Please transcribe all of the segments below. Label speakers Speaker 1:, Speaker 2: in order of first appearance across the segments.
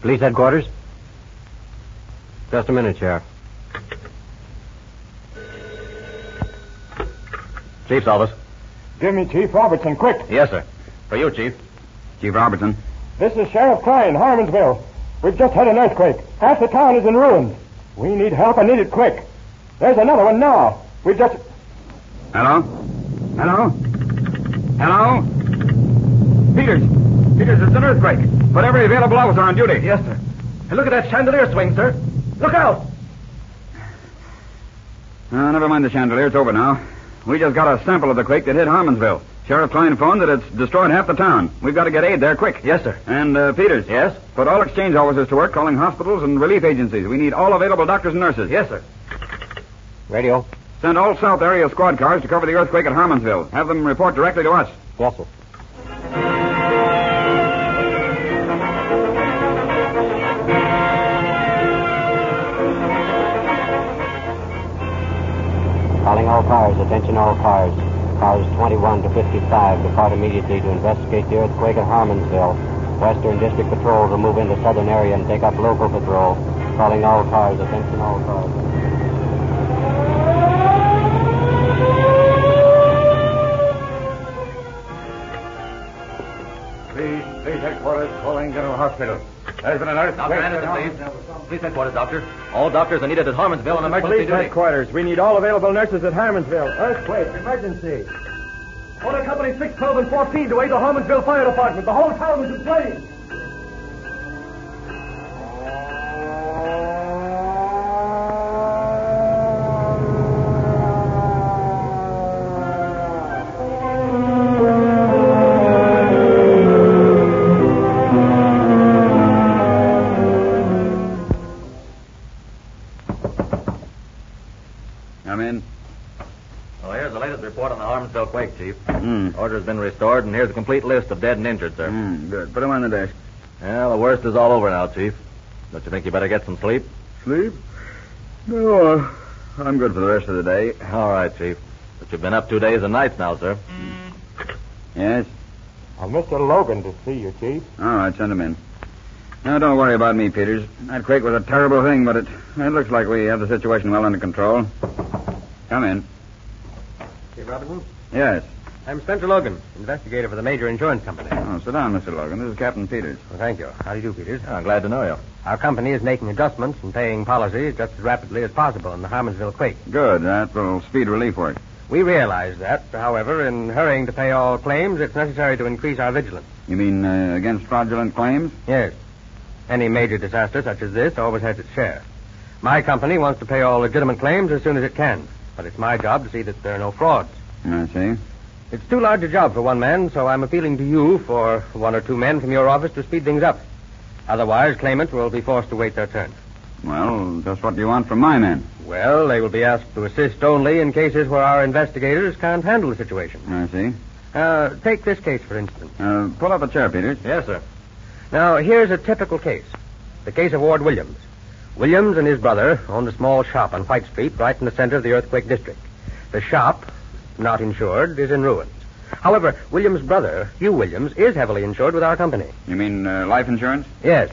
Speaker 1: Police headquarters? Just a minute, Sheriff. Chief's office.
Speaker 2: Give me Chief Robertson, quick.
Speaker 1: Yes, sir. For you, Chief. Chief Robertson.
Speaker 2: This is Sheriff Klein, Harmonsville. We've just had an earthquake. Half the town is in ruins. We need help and need it quick. There's another one now. We've just.
Speaker 3: Hello? Hello? Hello? Peters! Peters, it's an earthquake. Put every available officer on duty. Yes, sir. And look at that chandelier swing, sir. Look out! Oh, never mind the chandelier. It's over now. We just got a sample of the quake that hit Harmonsville. Sheriff Klein phoned that it's destroyed half the town. We've got to get aid there quick. Yes, sir. And, uh, Peters. Yes? Put all exchange officers to work calling hospitals and relief agencies. We need all available doctors and nurses. Yes, sir.
Speaker 1: Radio.
Speaker 3: Send all South Area squad cars to cover the earthquake at Harmonsville. Have them report directly to us.
Speaker 1: Yes, sir. Calling all cars, attention all cars. Cars 21 to 55 depart immediately to investigate the earthquake at Harmonsville. Western District Patrol will move into southern area and take up local patrol. Calling all cars, attention all cars.
Speaker 2: Please, please, headquarters, calling General Hospital. There's been an earthquake.
Speaker 4: Dr. Anderson, please. Please headquarters, doctor. All doctors are needed at Harmonsville on emergency
Speaker 2: Police
Speaker 4: duty.
Speaker 2: headquarters. We need all available nurses at Harmonsville. Earthquake, emergency.
Speaker 4: Order Company 612 and 14 to aid the Harmonsville Fire Department. The whole town is in flames.
Speaker 3: Come in.
Speaker 4: Well, here's the latest report on the Harmonsville quake, Chief.
Speaker 3: Hmm.
Speaker 4: Order's been restored, and here's a complete list of dead and injured, sir.
Speaker 3: Hmm, good. Put them on the desk.
Speaker 4: Well, the worst is all over now, Chief. Don't you think you better get some sleep?
Speaker 3: Sleep? No, uh, I'm good for the rest of the day.
Speaker 4: All right, Chief. But you've been up two days and nights now, sir.
Speaker 3: Yes?
Speaker 2: Uh, Mr. Logan to see you, Chief.
Speaker 3: All right, send them in. Now, don't worry about me, Peters. That quake was a terrible thing, but it, it looks like we have the situation well under control. Come in.
Speaker 1: Chief Robertson,
Speaker 3: Yes.
Speaker 1: I'm Spencer Logan, investigator for the major insurance company.
Speaker 3: Oh, sit down, Mr. Logan. This is Captain Peters.
Speaker 1: Well, thank you. How do you do, Peters?
Speaker 4: I'm glad to know you.
Speaker 1: Our company is making adjustments and paying policies just as rapidly as possible in the Harmonsville quake.
Speaker 3: Good. That will speed relief work.
Speaker 1: We realize that, however, in hurrying to pay all claims, it's necessary to increase our vigilance.
Speaker 3: You mean uh, against fraudulent claims?
Speaker 1: Yes. Any major disaster such as this always has its share. My company wants to pay all legitimate claims as soon as it can, but it's my job to see that there are no frauds.
Speaker 3: I see.
Speaker 1: It's too large a job for one man, so I'm appealing to you for one or two men from your office to speed things up. Otherwise, claimants will be forced to wait their turn.
Speaker 3: Well, just what do you want from my men?
Speaker 1: Well, they will be asked to assist only in cases where our investigators can't handle the situation.
Speaker 3: I see.
Speaker 1: Uh, take this case, for instance.
Speaker 3: Uh, pull up a chair, Peters.
Speaker 4: Yes, sir.
Speaker 1: Now, here's a typical case the case of Ward Williams. Williams and his brother owned a small shop on White Street, right in the center of the earthquake district. The shop, not insured, is in ruins. However, Williams' brother, Hugh Williams, is heavily insured with our company.
Speaker 3: You mean uh, life insurance?
Speaker 1: Yes.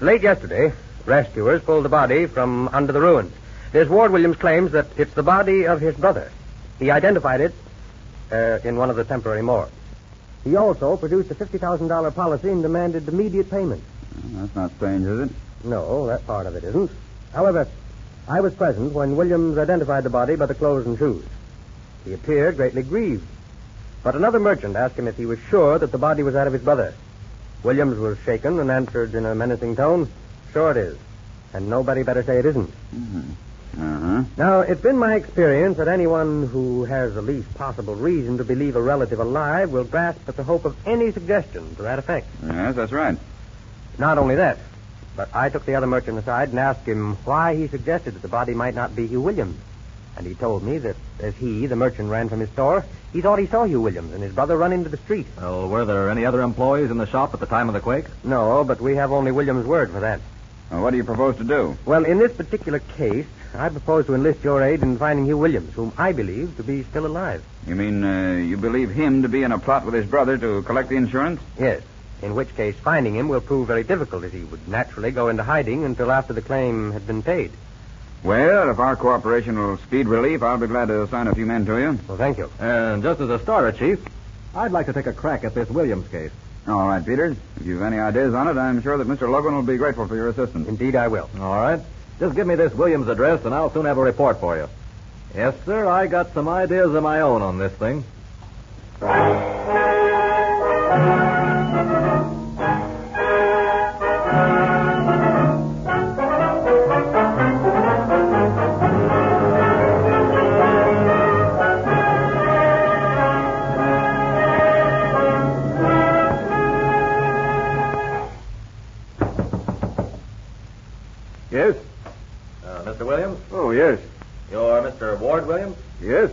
Speaker 1: Late yesterday, rescuers pulled the body from under the ruins. This Ward Williams claims that it's the body of his brother. He identified it uh, in one of the temporary morgues. He also produced a $50,000 policy and demanded immediate payment.
Speaker 3: Well, that's not strange, is it?
Speaker 1: No, that part of it isn't. However, I was present when Williams identified the body by the clothes and shoes. He appeared greatly grieved. But another merchant asked him if he was sure that the body was that of his brother. Williams was shaken and answered in a menacing tone, Sure it is. And nobody better say it isn't.
Speaker 3: Uh huh.
Speaker 1: Now, it's been my experience that anyone who has the least possible reason to believe a relative alive will grasp at the hope of any suggestion to that effect.
Speaker 3: Yes, that's right.
Speaker 1: Not only that, but I took the other merchant aside and asked him why he suggested that the body might not be Hugh Williams. And he told me that as he, the merchant, ran from his store, he thought he saw Hugh Williams and his brother run into the street.
Speaker 4: Well, were there any other employees in the shop at the time of the quake?
Speaker 1: No, but we have only Williams' word for that.
Speaker 3: Well, what do you propose to do?
Speaker 1: Well, in this particular case, I propose to enlist your aid in finding Hugh Williams, whom I believe to be still alive.
Speaker 3: You mean uh, you believe him to be in a plot with his brother to collect the insurance?
Speaker 1: Yes. in which case finding him will prove very difficult, as he would naturally go into hiding until after the claim had been paid.
Speaker 3: Well, if our cooperation will speed relief, I'll be glad to assign a few men to you.
Speaker 1: Well, thank you.
Speaker 5: And just as a starter, Chief, I'd like to take a crack at this Williams case.
Speaker 3: All right, Peters. If you've any ideas on it, I'm sure that Mr. Logan will be grateful for your assistance.
Speaker 1: Indeed, I will.
Speaker 5: All right. Just give me this Williams address, and I'll soon have a report for you. Yes, sir, I got some ideas of my own on this thing.
Speaker 2: Yes?
Speaker 5: Uh, Mr. Williams?
Speaker 2: Oh, yes.
Speaker 5: You're Mr. Ward Williams?
Speaker 2: Yes?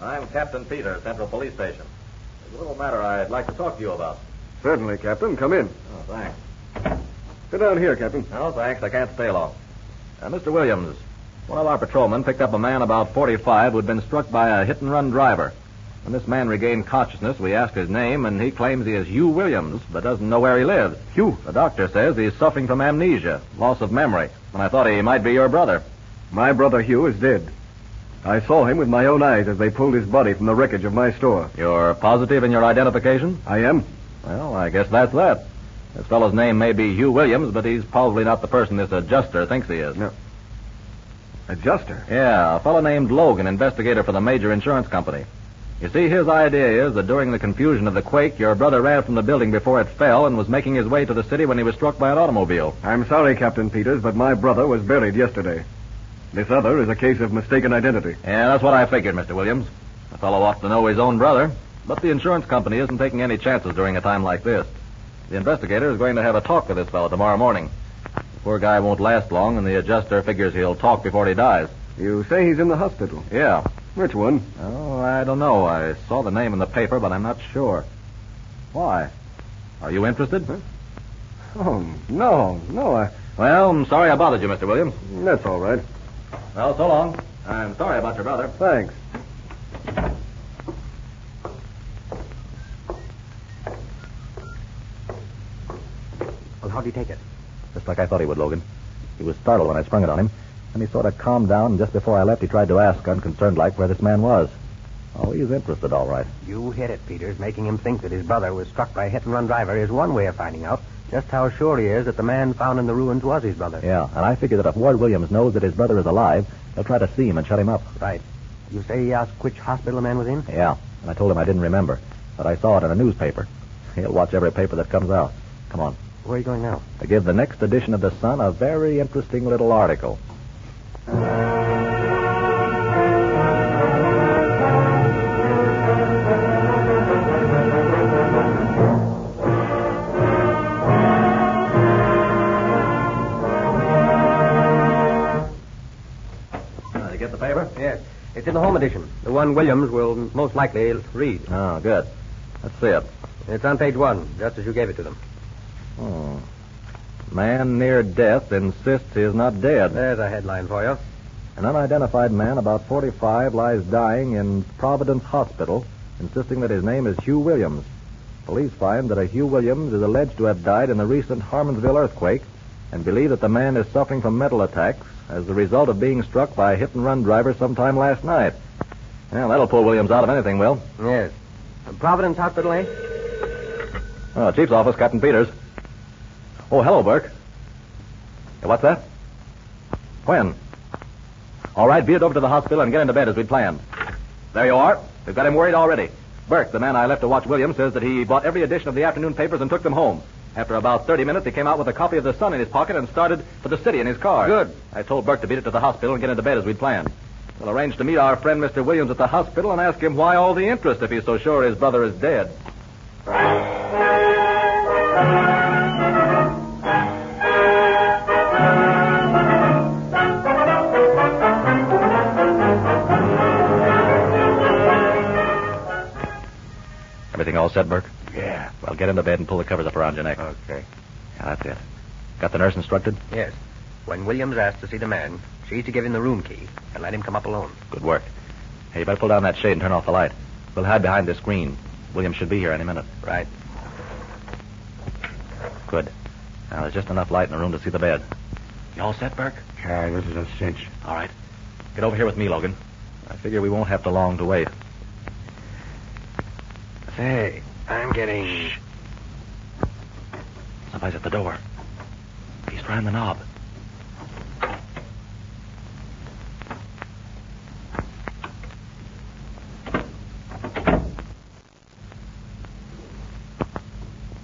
Speaker 5: I'm Captain Peter, Central Police Station. There's a little matter I'd like to talk to you about.
Speaker 2: Certainly, Captain. Come in.
Speaker 5: Oh, thanks.
Speaker 2: Sit down here, Captain.
Speaker 5: No, thanks. I can't stay long. Uh, Mr. Williams, one of our patrolmen picked up a man about 45 who'd been struck by a hit-and-run driver. When this man regained consciousness, we asked his name, and he claims he is Hugh Williams, but doesn't know where he lives. Hugh. The doctor says he's suffering from amnesia, loss of memory, and I thought he might be your brother.
Speaker 2: My brother Hugh is dead. I saw him with my own eyes as they pulled his body from the wreckage of my store.
Speaker 5: You're positive in your identification?
Speaker 2: I am.
Speaker 5: Well, I guess that's that. This fellow's name may be Hugh Williams, but he's probably not the person this adjuster thinks he is.
Speaker 2: No. Adjuster.
Speaker 5: Yeah, a fellow named Logan, investigator for the major insurance company. You see, his idea is that during the confusion of the quake, your brother ran from the building before it fell and was making his way to the city when he was struck by an automobile.
Speaker 2: I'm sorry, Captain Peters, but my brother was buried yesterday. This other is a case of mistaken identity.
Speaker 5: Yeah, that's what I figured, Mr. Williams. A fellow ought to know his own brother, but the insurance company isn't taking any chances during a time like this. The investigator is going to have a talk with this fellow tomorrow morning. The poor guy won't last long, and the adjuster figures he'll talk before he dies.
Speaker 2: You say he's in the hospital.
Speaker 5: Yeah.
Speaker 2: Which one?
Speaker 5: Oh, I don't know. I saw the name in the paper, but I'm not sure. Why? Are you interested?
Speaker 2: Oh, no, no, I...
Speaker 5: Well, I'm sorry I bothered you, Mr. Williams.
Speaker 2: That's all right.
Speaker 5: Well, so long. I'm sorry about your brother.
Speaker 2: Thanks.
Speaker 1: Well, how do you take it?
Speaker 5: Just like I thought he would, Logan. He was startled when I sprung it on him. Then he sort of calmed down, and just before I left, he tried to ask, unconcerned like, where this man was. Oh, he's interested, all right.
Speaker 1: You hit it, Peters. Making him think that his brother was struck by a hit-and-run driver is one way of finding out just how sure he is that the man found in the ruins was his brother.
Speaker 5: Yeah, and I figure that if Ward Williams knows that his brother is alive, he'll try to see him and shut him up.
Speaker 1: Right. You say he asked which hospital the man was in?
Speaker 5: Yeah, and I told him I didn't remember, but I saw it in a newspaper. He'll watch every paper that comes out. Come on.
Speaker 1: Where are you going now?
Speaker 5: I give the next edition of The Sun a very interesting little article.
Speaker 1: Uh, you get the paper? Yes. It's in the home edition. The one Williams will most likely read.
Speaker 5: Oh, good. Let's see it.
Speaker 1: It's on page one, just as you gave it to them.
Speaker 5: Hmm. Man near death insists he is not dead.
Speaker 1: There's a headline for you.
Speaker 5: An unidentified man about 45 lies dying in Providence Hospital, insisting that his name is Hugh Williams. Police find that a Hugh Williams is alleged to have died in the recent Harmonsville earthquake and believe that the man is suffering from mental attacks as the result of being struck by a hit and run driver sometime last night. Well, that'll pull Williams out of anything, Will.
Speaker 1: Yes. Providence Hospital, eh?
Speaker 5: Oh, Chief's office, Captain Peters. Oh, hello, Burke. Hey, What's that? When? All right, beat it over to the hospital and get into bed as we planned. There you are. We've got him worried already. Burke, the man I left to watch Williams, says that he bought every edition of the afternoon papers and took them home. After about 30 minutes, he came out with a copy of The Sun in his pocket and started for the city in his car.
Speaker 1: Good.
Speaker 5: I told Burke to beat it to the hospital and get into bed as we'd planned. We'll arrange to meet our friend Mr. Williams at the hospital and ask him why all the interest if he's so sure his brother is dead. Everything all set, Burke?
Speaker 2: Yeah.
Speaker 5: Well, get into bed and pull the covers up around your neck.
Speaker 1: Okay.
Speaker 5: Yeah, that's it. Got the nurse instructed?
Speaker 1: Yes. When Williams asked to see the man, she's to give him the room key and let him come up alone.
Speaker 5: Good work. Hey, you better pull down that shade and turn off the light. We'll hide behind this screen. William should be here any minute.
Speaker 1: Right.
Speaker 5: Good. Now, there's just enough light in the room to see the bed. You all set, Burke?
Speaker 2: Yeah, this is a cinch.
Speaker 5: All right. Get over here with me, Logan. I figure we won't have to long to wait.
Speaker 2: Say, I'm getting.
Speaker 5: Somebody's at the door. He's trying the knob.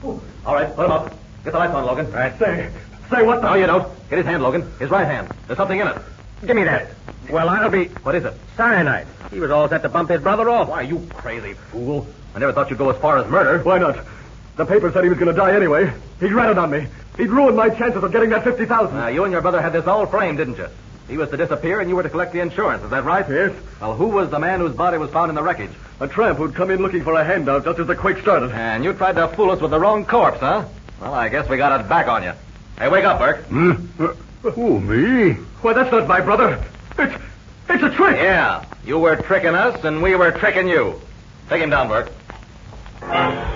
Speaker 5: All right, put him up. Get the lights on, Logan. All right. Say, say what the... No, you don't. Get his hand, Logan. His right hand. There's something in it.
Speaker 1: Give me that. Well, I'll be.
Speaker 5: What is it?
Speaker 1: Cyanide. He was all set to bump his brother off.
Speaker 5: Why, you crazy fool. I never thought you'd go as far as murder.
Speaker 2: Why not? The paper said he was going to die anyway. He'd ratted on me. He'd ruined my chances of getting that 50000
Speaker 5: Now, you and your brother had this all framed, didn't you? He was to disappear and you were to collect the insurance. Is that right?
Speaker 2: Yes.
Speaker 5: Well, who was the man whose body was found in the wreckage?
Speaker 2: A tramp who'd come in looking for a handout just as the quake started.
Speaker 5: And you tried to fool us with the wrong corpse, huh? Well, I guess we got it back on you. Hey, wake up, Burke.
Speaker 2: Hmm? Who, me? Why, that's not my brother. It's, it's a trick.
Speaker 5: Yeah, you were tricking us and we were tricking you. Take him down, Burke.